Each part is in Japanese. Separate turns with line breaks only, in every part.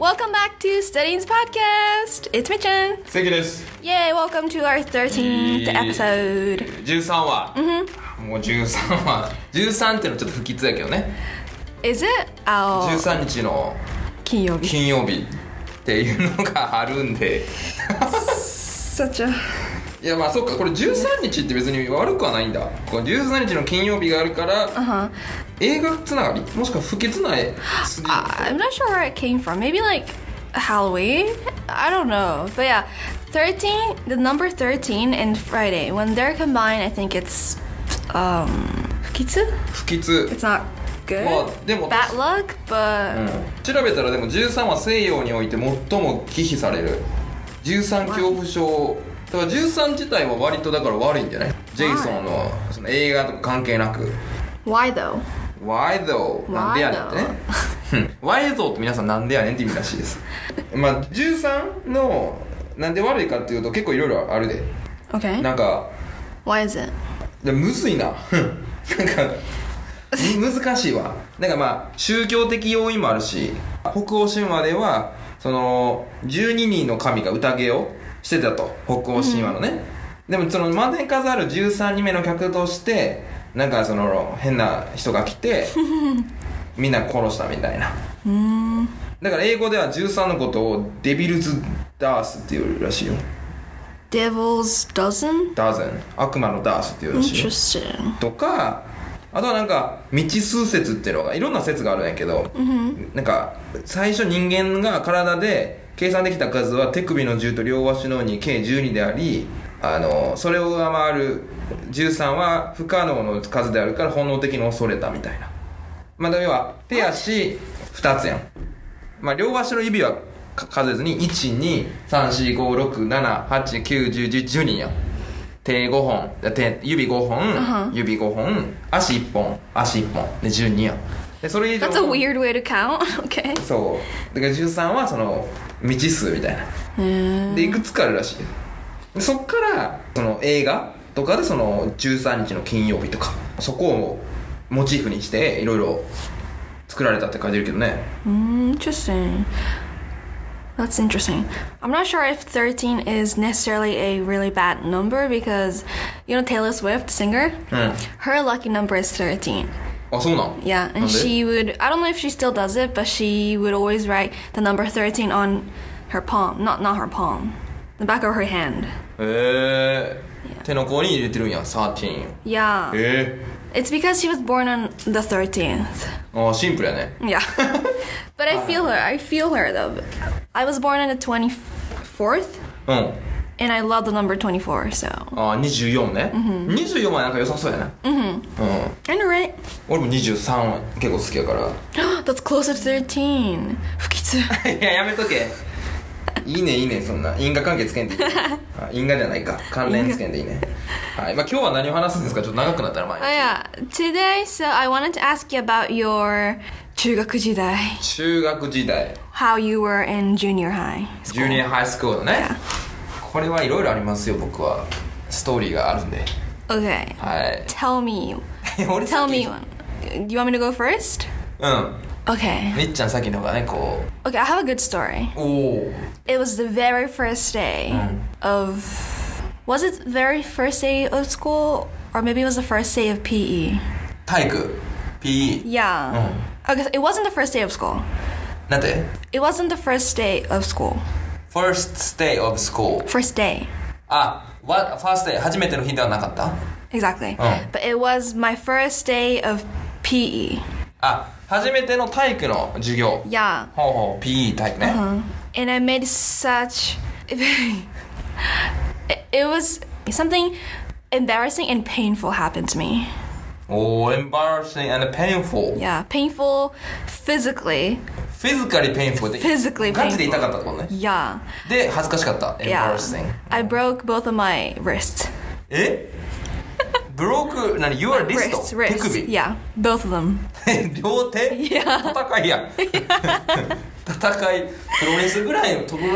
Welcome back to Studying's podcast. It's Mitchin.
関です
Yay, welcome to our 13th
Yeah.
episode.
13話、もう13話13っていうのはちょっと不吉だけどね
Is it? Oh, あ
13日の
金曜日。
金曜日っていうのがあるんで
Such a...
いやまあそっかこれ13日って別に悪くはないんだこの13日の金曜日があるから、
Uh-huh.
映画つながりもしくは不吉な筋
I'm not sure where it came from. Maybe like Halloween? I don't know. But yeah, 13, the number 13 and Friday, when they're combined, I think it's. um. Fukitsu?
不吉
It's not good.
Well, Mm. でも-
Bad luck, but.
調べたらでも13は西洋において最も忌避される13恐怖症だから13自体は割とだから悪いんじゃないジェイソンのその映画とか関係なく
Why though?
Why though? なんでやねんってね Why though って皆さんなんでやねんって意味らしいですまあ13のなんで悪いかっていうと結構いろいろあるで
Okay.
なんか
Why is it?
でむずいな なんかむ難しいわなんかまあ宗教的要因もあるし北欧神話ではその12人の神が宴をしてたと北欧神話のね、でもそのまで数ある13人目の客としてなんかその変な人が来てみんな殺したみたいなだから英語では13のことをデビルズ・ダースっていうらしいよ
Devil's Dozen?
ダーゼン悪魔のダースっていうらしいよ
Interesting.
とかあとはなんか未知数説っていうのがいろんな説があるんやけど、
Mm-hmm.
なんか最初人間が体で計算できた数は手首の10と両足の2計12でありあのそれを上回る13は不可能の数であるから本能的に恐れたみたいなまあ要は手足2つやんまあ、両足の指はか数えずに1234567891011人やん手5本あ手指5本、指5本足1本足1本で12人やんでそれ以上
That's a weird way to count. Okay.
そうだから13はその未知数みたいなでいくつかあるらしいでそっからその映画とかでその13日の金曜日とかそこをモチーフにしていろいろ作られたって書いてるけどね
Interesting. That's interesting. I'm not sure if 13 is necessarily a really bad number because, you know, Taylor Swift, singer,
うん
her lucky number is 13.
あそうなん
Yeah,
な
and
んで
she would, I don't know if she still does it, but she would always write the number 13 on her palm. Not, not her palm, the back of her hand.
へえ手の甲に入れてるんや13
Yeah.
え
It's because she was born on the 13th.
ああシンプルやね
Yeah. but I feel her. I feel her though. I was born on the 24th
うん
and I love the number 24, so.
ああ24ね、24はなんか良さそうやなうん、
I know, right?
俺も23は結構好きやから
That's closer to 13. Fukitsu.
いややめとけいいねいいねそんな因果関係つけ んでいいあ因果じゃないか関連つけんでいいねはい、まあ、今日は何を話すんですかちょっと長くなったら
Oh,
前
yeah. Today, so I wanted to ask you about your 中学時代,
中学時代
how you were in junior high.
ジュニアハイスクールのねこれはいろいろありますよ僕はストーリーがあるんで
Okay.
はい
Tell me.
俺
Tell
先
me one. Do you want me to go first?
うん
Okay.
みっちゃんさっきのがねこ
Okay, I have a good story.
うおお
It was the very first day of. Was it the very first day of school? Or maybe it was the first day of PE?
体育 PE Mm.
Yeah. Okay, it wasn't the first day of school.
なんて
It wasn't the first day of school.
First day of school
First day.
あわ First day 初めての日ではなかった
Exactly.
Oh.
But it was my first day of E. PE.
あ初めての体育の授業
Yeah.
ほうほう PE 体育ね、
And I made such. it it was something embarrassing and painful happened to me.
おお Embarrassing and painful
Yeah, painful physically.
Physically painful で
Physically
ガチで
painful
痛かったってことね
Yeah.
で恥ずかしかった Embarrassing、
Yeah. I broke both of my wrists.
えブローク何 Your
Wrists,
wrist
wrists.
手首
Yeah, both of them.
両手戦いやん戦いプロレスぐらいのところ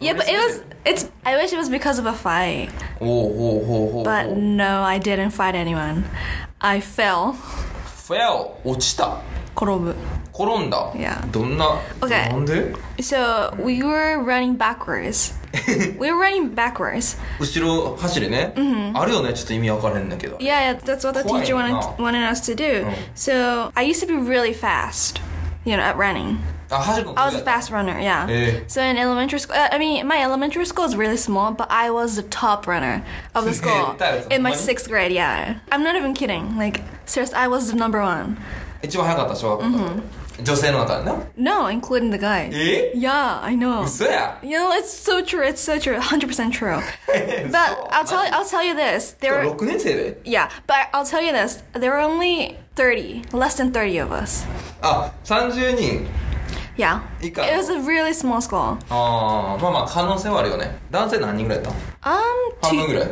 Yeah, but it was. It's. I wish it was because of a fight,
おおおおおお
but no, I didn't fight anyone. I fell.
フェア落ちた
Korobu.
転んだ
Yeah.
どんな
Okay.
なんで
So we were running backwards. we were running backwards.
後ろ走りね、あるよねちょっと意味わからへんだけど
Yeah, yeah that's what the
Why
teacher wanted
not?
wanted us to do.
Mm.
So I used to be really fast, you know, at running.
あ走るの
I was a fast runner, yeah.
Eh.
So in elementary school, uh, I mean, my elementary school is really small, but I was the top runner of the school
That's
in my
funny.
sixth grade. Yeah, I'm not even kidding. Like, seriously, I was the number one.
一番速かった小学校だった、女性の中でな
No, including the guys.
Eh?
Yeah, I know.
嘘 や
You know, it's so true. It's so true. 100% true.
嘘
But I'll tell you, I'll tell you this. There were
6年生で
yeah, but I'll tell you this. There were only 30, less than 30 of us.
あ30人
Yeah. It
Ikaw.
was a really small school.
ああまあまあ可能性はあるよね男性何人ぐらいやったの
Um
半分ぐ
two
らい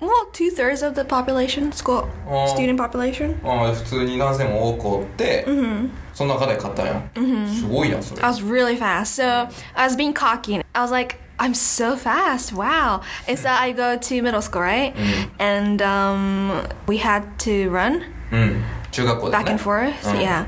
well, two thirds of the population, school
Oh.
student population.
ああ普通に男性も多くおって、その中で勝ったんや、すごいやんそれ
I was really fast. So I was being cocky. I was like, I'm so fast. Wow. And so I go to middle school, right? And um, we had to run.
うん中学校で、ね、
back and forth.
うん
Yeah.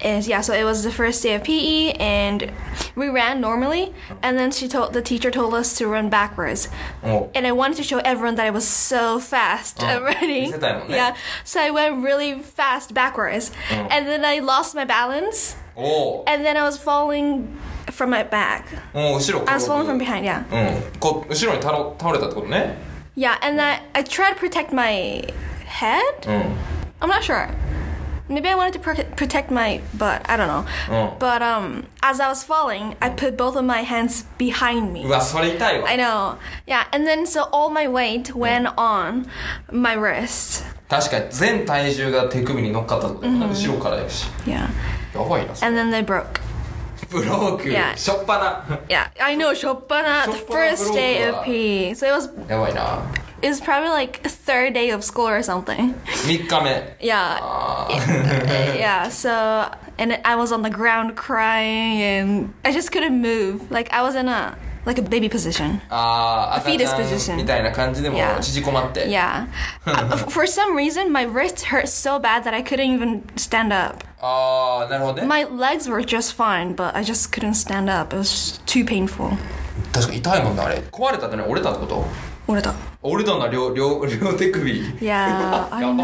And yeah, so it was the first day of PE, and we ran normally. And then she told the teacher told us to run backwards.
おう
And I wanted to show everyone that I was so fast
Oh,
at running.
you said that one,
Yeah. So I went really fast backwards,
Oh.
and then I lost my balance,
おう
and then I was falling from my back.
もう後ろ
I
転
was
ぶ
falling from behind. Yeah.
うんこ後ろに倒ろ倒れたってことね
Yeah. And I I tried to protect my head.
うん
I'm not sure. Maybe I wanted to prote- protect my butt. I don't know.
Oh.
But um, as I was falling, I put both of my hands behind me.
うわそれ痛いわ
I know. Yeah, and then so all my weight went on my wrist.
確かに全体重が手首に乗っかったってことだよね、後ろからやし
Yeah.
やばいなそれ
And then they broke.
ブローク、
Yeah.
しょっぱな
Yeah, I know. Shoppana, the
Shoppana
first day
broke.
of PE. So it was
やばいな
it was probably like third day of school or something.
3日目
Yeah.
あ
yeah, so and I was on the ground crying and I just couldn't move. Like I was in a like a baby position.
ーあー
A fetus
赤ちゃ
position.
んみたいな感じでも
Yeah.
縮こまって
Yeah. Uh, f- for some reason, my wrist hurt so bad that I couldn't even stand up.
ああなるほどね、
My legs were just fine, but I just couldn't stand up. It was too painful.
確かに痛いもんなあれ壊れたってね折れたってこと
What the-
折れたんだ両両両手首
Yeah, I
やば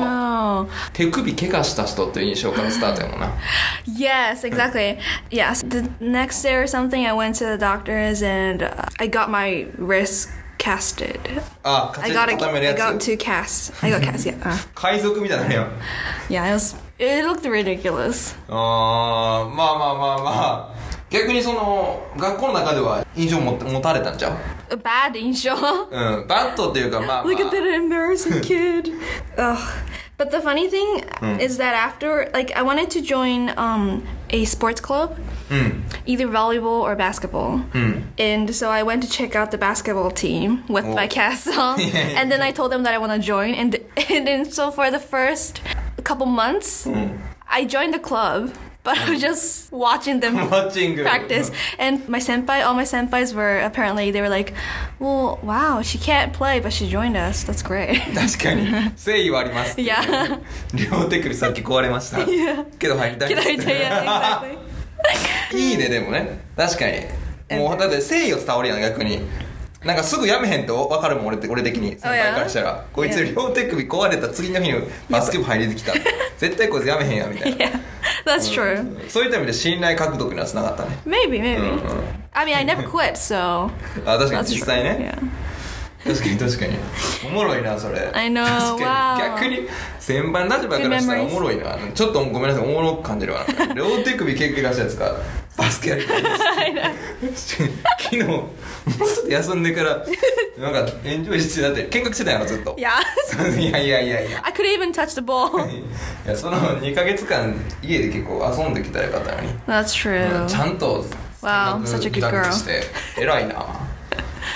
know.
手首怪我した人という印象からスタートやもんな
Yes, exactly. Yes. The next day or something, I went to the doctor's and uh, I got my wrist casted.
あー
I
形
got a,
固める
I
や
got
つ
two casts. I got casts. Yeah. Uh,
海賊みたいなのやん
yeah. It was. It looked ridiculous.
あーまあまあまあまあ逆にその学校の中では印象持って持たれたんちゃう
A bad inshaw.
うんバットっていうかまあ、まあ、
Look at that embarrassing kid. Ugh. But the funny thing is that after, like, I wanted to join um, a sports club,
うん、
either volleyball or basketball. And so I went to check out the basketball team with
Oh.
my cast on. and then I told them that I want to join. And, and then, so for the first couple months, I joined the club. But I was just watching them
Watching.
practice. And my senpai, all my senpais were apparently, they were like, well, wow, she can't play, but she joined us. That's great.
確かに誠意はありますってう
いや
両手首さっき壊れましたけど入りたい
Can
です
I do it? Exactly.
いいねでもね確かにもうだって誠意を伝わるやん逆になんかすぐやめへんと分かるもん俺って俺的に先輩からしたら、こいつ両手首壊れた次の日にバスケ部入れてきた絶対こいつやめへんやみたいな
Yeah, that's true.
そういった意味で信頼獲得にはつながったね
Maybe, maybe.
Mm.
I mean, I never quit, so
あ確かに
that's
実
true.
際ね
Yeah.
確かに確かにおもろいなそれ
I know
確か
wow
に逆に先輩立場からしたら
Good
お
memories
もろいなちょっとごめんなさいおもろく感じるわ両手首結構出したやつからバスケやりたいです昨日もうちょっと休んでからなんかエンジョイしてだって見学してたやろずっと
Yeah.
いやいやいやいや
I couldn't even touch the ball.
いやその2ヶ月間家で結構遊んできたらよかったのに
That's true.
ちゃんと
Wow, such a good
リラックスして 偉いな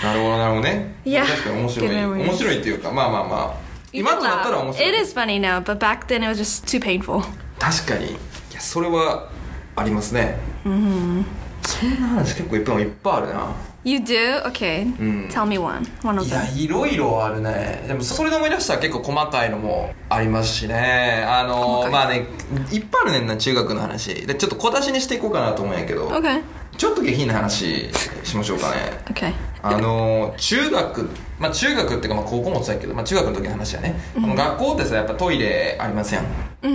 なるほどなるほどね
いや
確かに面白
good
い
memories
面白いっていうかまあまあまあ
You
今
can
となったら
laugh.
面白い
It is funny now, but back then it was just too painful.
確かにいやそれはありますねそんな話結構いっぱいいっぱいあるな
You do? Okay.
Mm.
Tell me one. One of
いや
them.
いろいろあるねでもそれで思い出したら結構細かいのもありますしねあの
細かい
まあねいっぱいあるねんな中学の話でちょっと小出しにしていこうかなと思うんやけど
Okay.
ちょっと下品な話しましょうかね
Okay.
あの中学まあ中学っていうかまあ高校もそうやけど、まあ、中学の時の話やね、あの学校ってさやっぱトイレありません、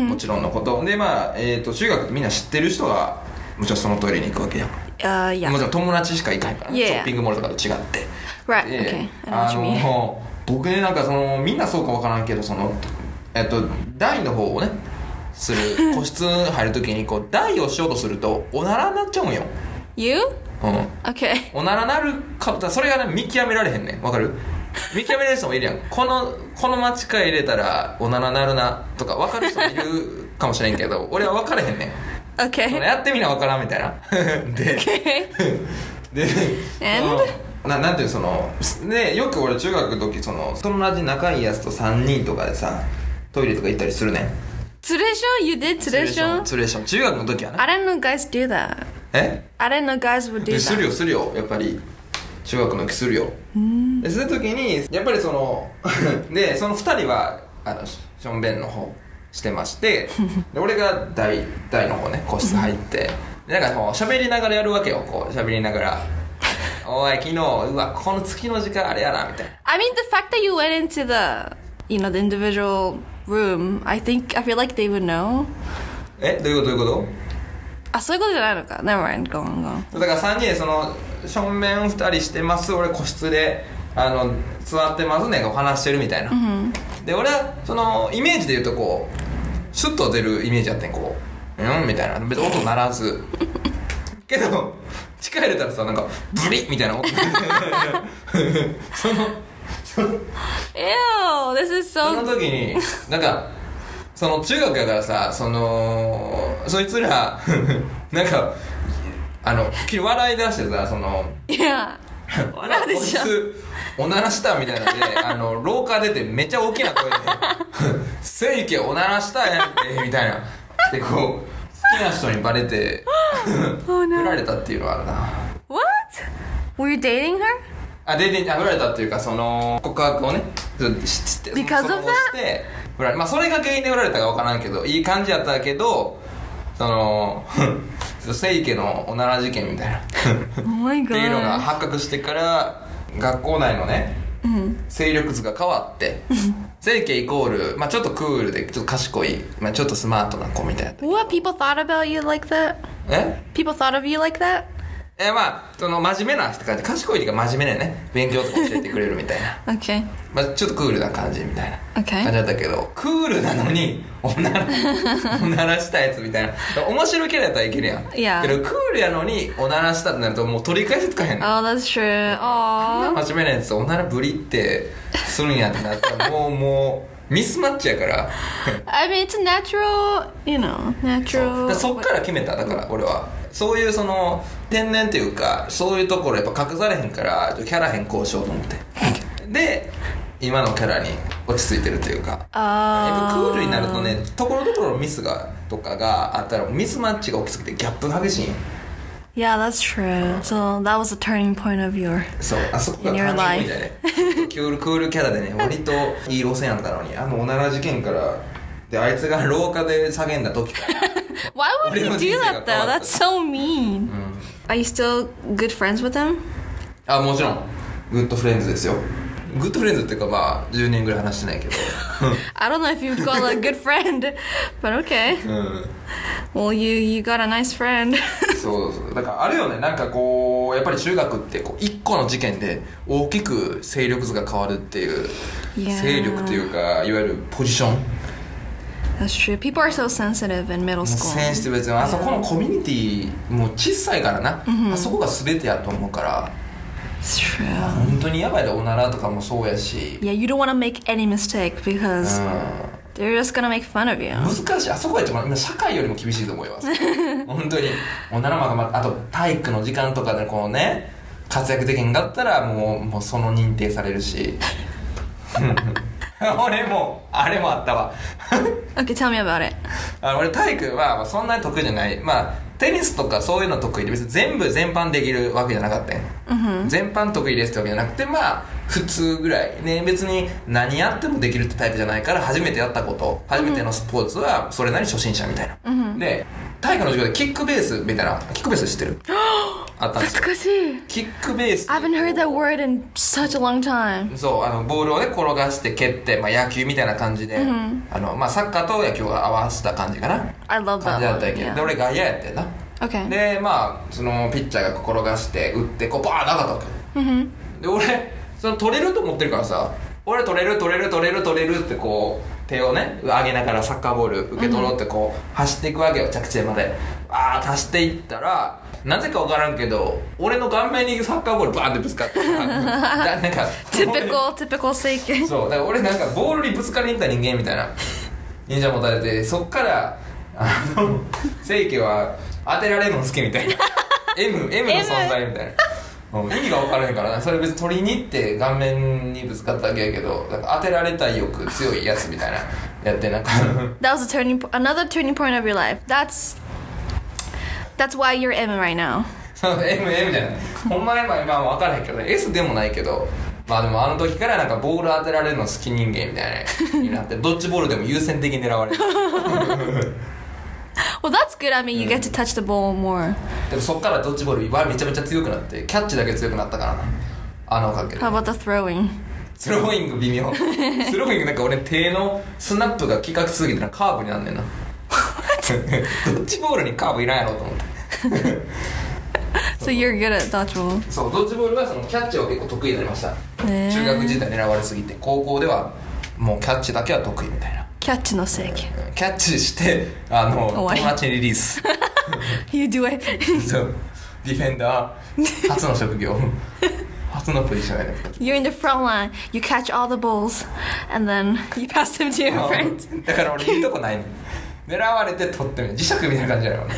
もちろんのことでまあ、えー、と中学ってみんな知ってる人がもちろんそのトイレに行くわけやん
Uh, yeah.
もちろん友達しか行かへんから、ね
Yeah.
ショッピングモールとかと違って、
Right.
で
Okay. I know
あ
what you mean.
の僕ねなんかそのみんなそうかわからんけどそのえっと台の方をねする個室入るときにこう台をしようとするとおならになっちゃうんよ、
You?
うん、
Okay.
おならなるかそれがね見極められへんねんわかる見極められる人もいるやん このこの間違い入れたらおならなるなとか分かる人もいるかもしれんけど 俺は分からへんねんその
Okay.
やってみな分からんみたいな で
Okay.
で
And？
そのななんていうそのでよく俺中学の時その友達仲いいやつと3人とかでさトイレとか行ったりするねん
Tradition? You did
ョン
tradition?
ツレーション中学の時はね
I didn't know guys do that.
え
I didn't know guys would do
する
that.
よするよやっぱり中学の時するよでする時にやっぱりその でその2人はあのししょんべんの方してまして で俺が台台の方ね個室入ってでなんかこう喋りながらやるわけよこう喋りなが ら「おい昨日うわこの月の時間あれやな」みたいな
I mean, the fact that you went into the, you know, the individual room, I think, I feel like they would know.
えどういうことどういうこ
あ、そういうことじゃないのか。Never mind. Go on, go on.
とだから3人でそのしょんべん2人してます俺個室であの座ってますねんか話してるみたいな、で俺はそのイメージで言うとこうシュッと出るイメージやってんこううんみたいな別に音鳴らず けど近入れたらさなんかブリッみたいな音その
Ew, this is
その
so...
時になんかその中学やからさそのそいつら なんかあの急に笑い出してさその
Yeah.
あ
笑うでしょ
こいつおならしたみたいな んであの廊下出てめっちゃ大きな声で 「せいけおならしたやんけ」みたいなでこう好きな人にバレて
Oh
振
no.
られたっていうのはあるな
What? Were you dating her?
あでであ振られたっていうかその告白をねちょっとしして
Because
その
of
そのして振られまあそれが原因で振られたか分からんけどいい感じやったけどその せいけのおなら事件みたいな
Oh my
っていうのが
god.
発覚してから学校内のね、勢力図が変わって整形イコール、まあ、ちょっとクールでちょっと賢い、まあ、ちょっとスマートな子みたいな
What? People thought about you like that?
え
People thought of you like that?
えまあその真面目な人か賢いっていうか真面目だよね勉強とか教えてくれるみたいな
Okay.
まあちょっとクールな感じみたいな
Okay.
感じだったけどクールなのにお ならおならしたやつみたいな面白いキャラやったらいけるやん
いや
けどクールやのにおならしたってなるともう取り返しつかへんの
Oh, that's true.
そ
Aww.
んな真面目なやつおならぶりってするんやってなったらもうもうミスマッチやから
I mean, it's a natural, you know,
だ
natural.
からそっから決めただから俺はそういうその天然というかそういうところやっぱ隠されへんからキャラ変更しようと思ってで今のキャラに落ち着いてるというか
uh,
やっぱク
Ah.
ールになるとねところどころミスがとかがあったらミスマッチが起きすぎてギャップが激しいんよ
Yeah, that's true. So that was a turning point of your.
そうあそこが
In
タ
your
ーニングみたいねクールクールキャラでね割といい路線やったのにあのおなら事件からであいつが 廊下で叫んだ時から
Why would
What
he
was
do
he
that
saying?
though? Mm. That's so mean. Are you still good friends with him?
あもちろんグッドフレンズですよグッドフレンズっていうかまあ10年ぐらい話してないけど
I don't know if you'd call a good friend, but okay.
うん
Well, you you got a nice friend.
そうそうだからあるよねなんかこうやっぱり中学ってこう一個の事件で大きく勢力図が変わるっていう
いやー
勢力というかいわゆるポジション
That's true. People are so sensitive in middle
もう
school.
センシティブですよあそこのコミュニティもう小さいからな、あそこが全てやと思うから
It's true.
本当にやばいでおならとかもそうやし
Yeah, you don't want to make any mistake
うん
because they're just gonna make fun of you.
難しいあそこやっても社会よりも厳しいと思います本当におならまがまあと体育の時間とかでこうね活躍できんかったらもうもうその認定されるし 俺もあれもあったわ
Okay, tell me about it.
あの俺体育はまあそんなに得意じゃないまあテニスとかそういうの得意で別に全部全般できるわけじゃなかったよ、全般得意ですってわけじゃなくてまあ普通ぐらいね別に何やってもできるってタイプじゃないから初めてやったこと初めてのスポーツはそれなり初心者みたいな、で体育の授業でキックベースみたいなキックベース知ってるあったんですよキックベース
I haven't heard that word in such a long time.
そうあのボールをね転がして蹴って、まあ、野球みたいな感じで、あのまあ、サッカーと野球が合わせた感じかな
I love
感
that
じだったん
word.
やけど、
yeah.
で俺外野やってんな
Okay.
でまあそのピッチャーが転がして打ってこうバーンなかったわけ、
Mm-hmm.
で俺その取れると思ってるからさ俺取れる取れる取れる取れるってこう手をね上げながらサッカーボール受け取ろうってこう、走っていくわけよ着地までああ足していったらなぜか分からんけど俺の顔面にサッカーボールバーンってぶつかって だなんか
Typical, typical Seiken.
そうだから俺なんかボールにぶつかりに行った人間みたいな忍者持たれてそっからあの清家は当てられるの好きみたいな M, M の存在みたいなもう意味が分からへんからなそれ別に取りに行って顔面にぶつかったわけやけどなんか当てられたい欲強いやつみたいなやってなんか
That was a turning, po- another turning point of your life. That's, that's why you're Emma right now.
その M, M みたいなほんまにまあ今は分からへんけどね S でもないけどまあでもあの時からなんかボール当てられるの好き人間みたいなになってドッジボールでも優先的に狙われる
Well, that's good. I mean, you get to
Mm.
touch the ball more.
でもそっからドッジボールはめちゃめちゃ強くなってキャッチだけ強くなったからなあのおかげで
How about the throwing?
スローイング微妙 スローイングなんか俺手のスナップが企画すぎてなカーブになんねんな ドッジボールにカーブいらんやろと思って
So you're good at dodgeball.
そうドッジボールはそのキャッチは結構得意になりました
ねえ
中学時代狙われすぎて高校ではもうキャッチだけは得意みた
Eh,
いな
Catch no sake.
キャッチしてあの
終わ
友
り
達にリリー ス
You do it.
そうディフェンダー初の職 業初のポジションやね
You're in the front line. You catch all the balls, and then you pass them to your
Oh.
friends.
だから俺いいとこないの狙われて取ってみる磁石みたいな感じだよね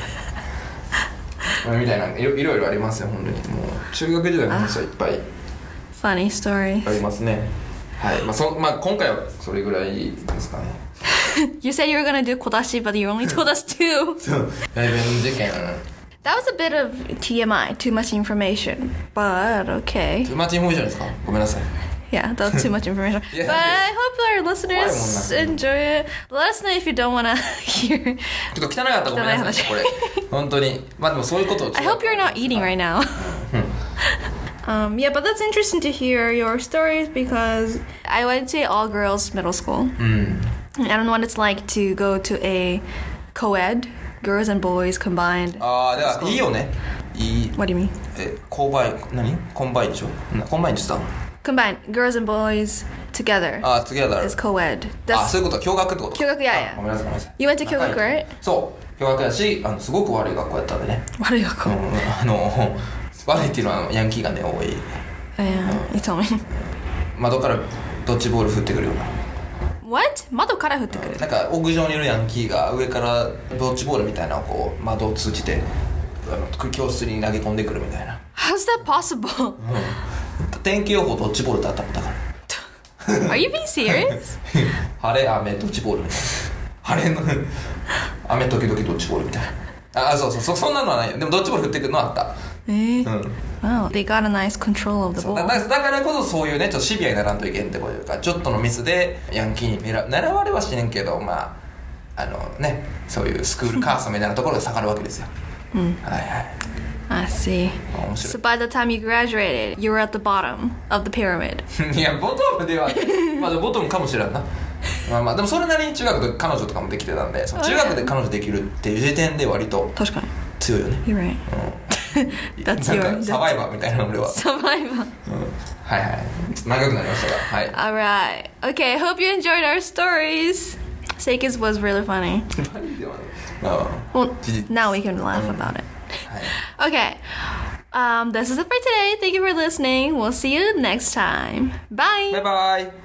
みたいないろいろいろありますよ本当にもう中学時代の話はいっぱい
Funny story.
ありますねはい、まあそまあ、今回はそれぐらいですかね
You said you were gonna do kodashi, but you only told us two.
そうライブの事件
That was a bit of TMI, too much information. But okay.
マーチン・フォーションですかごめんなさい
Yeah, that was too much information.
Yeah.
But I hope our
Why
listeners
won't I?
enjoy it. Let us know if you don't wanna hear.
ちょっと汚かったらごめんなさいこれ本当にまあでもそういうことを
I hope you're not eating right now. um, yeah, but that's interesting to hear your stories because I went to all girls middle school.
うん、
And I don't know what it's like to go to a co ed, girls and boys combined.
ああだからいいよねいい
What do you mean?
え購買何コンバインでしょなコンバインでした
Combined, girls and boys together
ああ次はだろ
is co ed.
あ
That's
そういうこと驚愕ってこと
驚愕やいや
あごめんなさいごめんなさい
You went to 驚愕
仲いい
right？
そう驚愕やしあのすごく悪い学校やったんでねあの
悪い学校。
あの悪いっていうのはヤンキーがね多い
Oh, Yeah, you told me.
窓からドッジボール振ってくるような
What? 窓から降ってくる。
なんか屋上にいるヤンキーが上からドッジボールみたいなのをこう窓を通じてあの教室に投げ込んでくるみたいな
How's that possible?
天気予報ドッジボールだったもんだから
Are you being serious?
晴れ雨ドッジボールみたいな晴れの雨時々ドッジボールみたいなあそうそうそそんなのはないよでもドッジボール振ってくるのはあった
Eh?
うん
Wow, they got a nice control of the
そう
ball.
だだだからこそそういうねちょっとシビアにならんといけんってこというかちょっとのミスでヤンキーに見ら習われはしねんけどまああのねそういうスクールカーストみたいなところが下がるわけ ですよ、はいはい
I see.
面
So
白
by the time you graduated, you were at the bottom of the pyramid.
い いやボトムではまあでもボトムかもしれんなまあまあでもそれなりに中学で彼女とかもできてたんでその中学で彼女できるっていう時点で割と
確かに。
強いよね
You're right.
うん
That's
なん
your-
かサバイバーみたいな俺は
Survival.
はいはいちょっと長くなりましたがはい
Alright. Okay, hope you enjoyed our stories. Seikis was really funny.
ではねあ
Well,
Did you-
now we can laugh about it.
あはい
Okay. Um, this is it for today. Thank you for listening. We'll see you next time. Bye.
バイバイ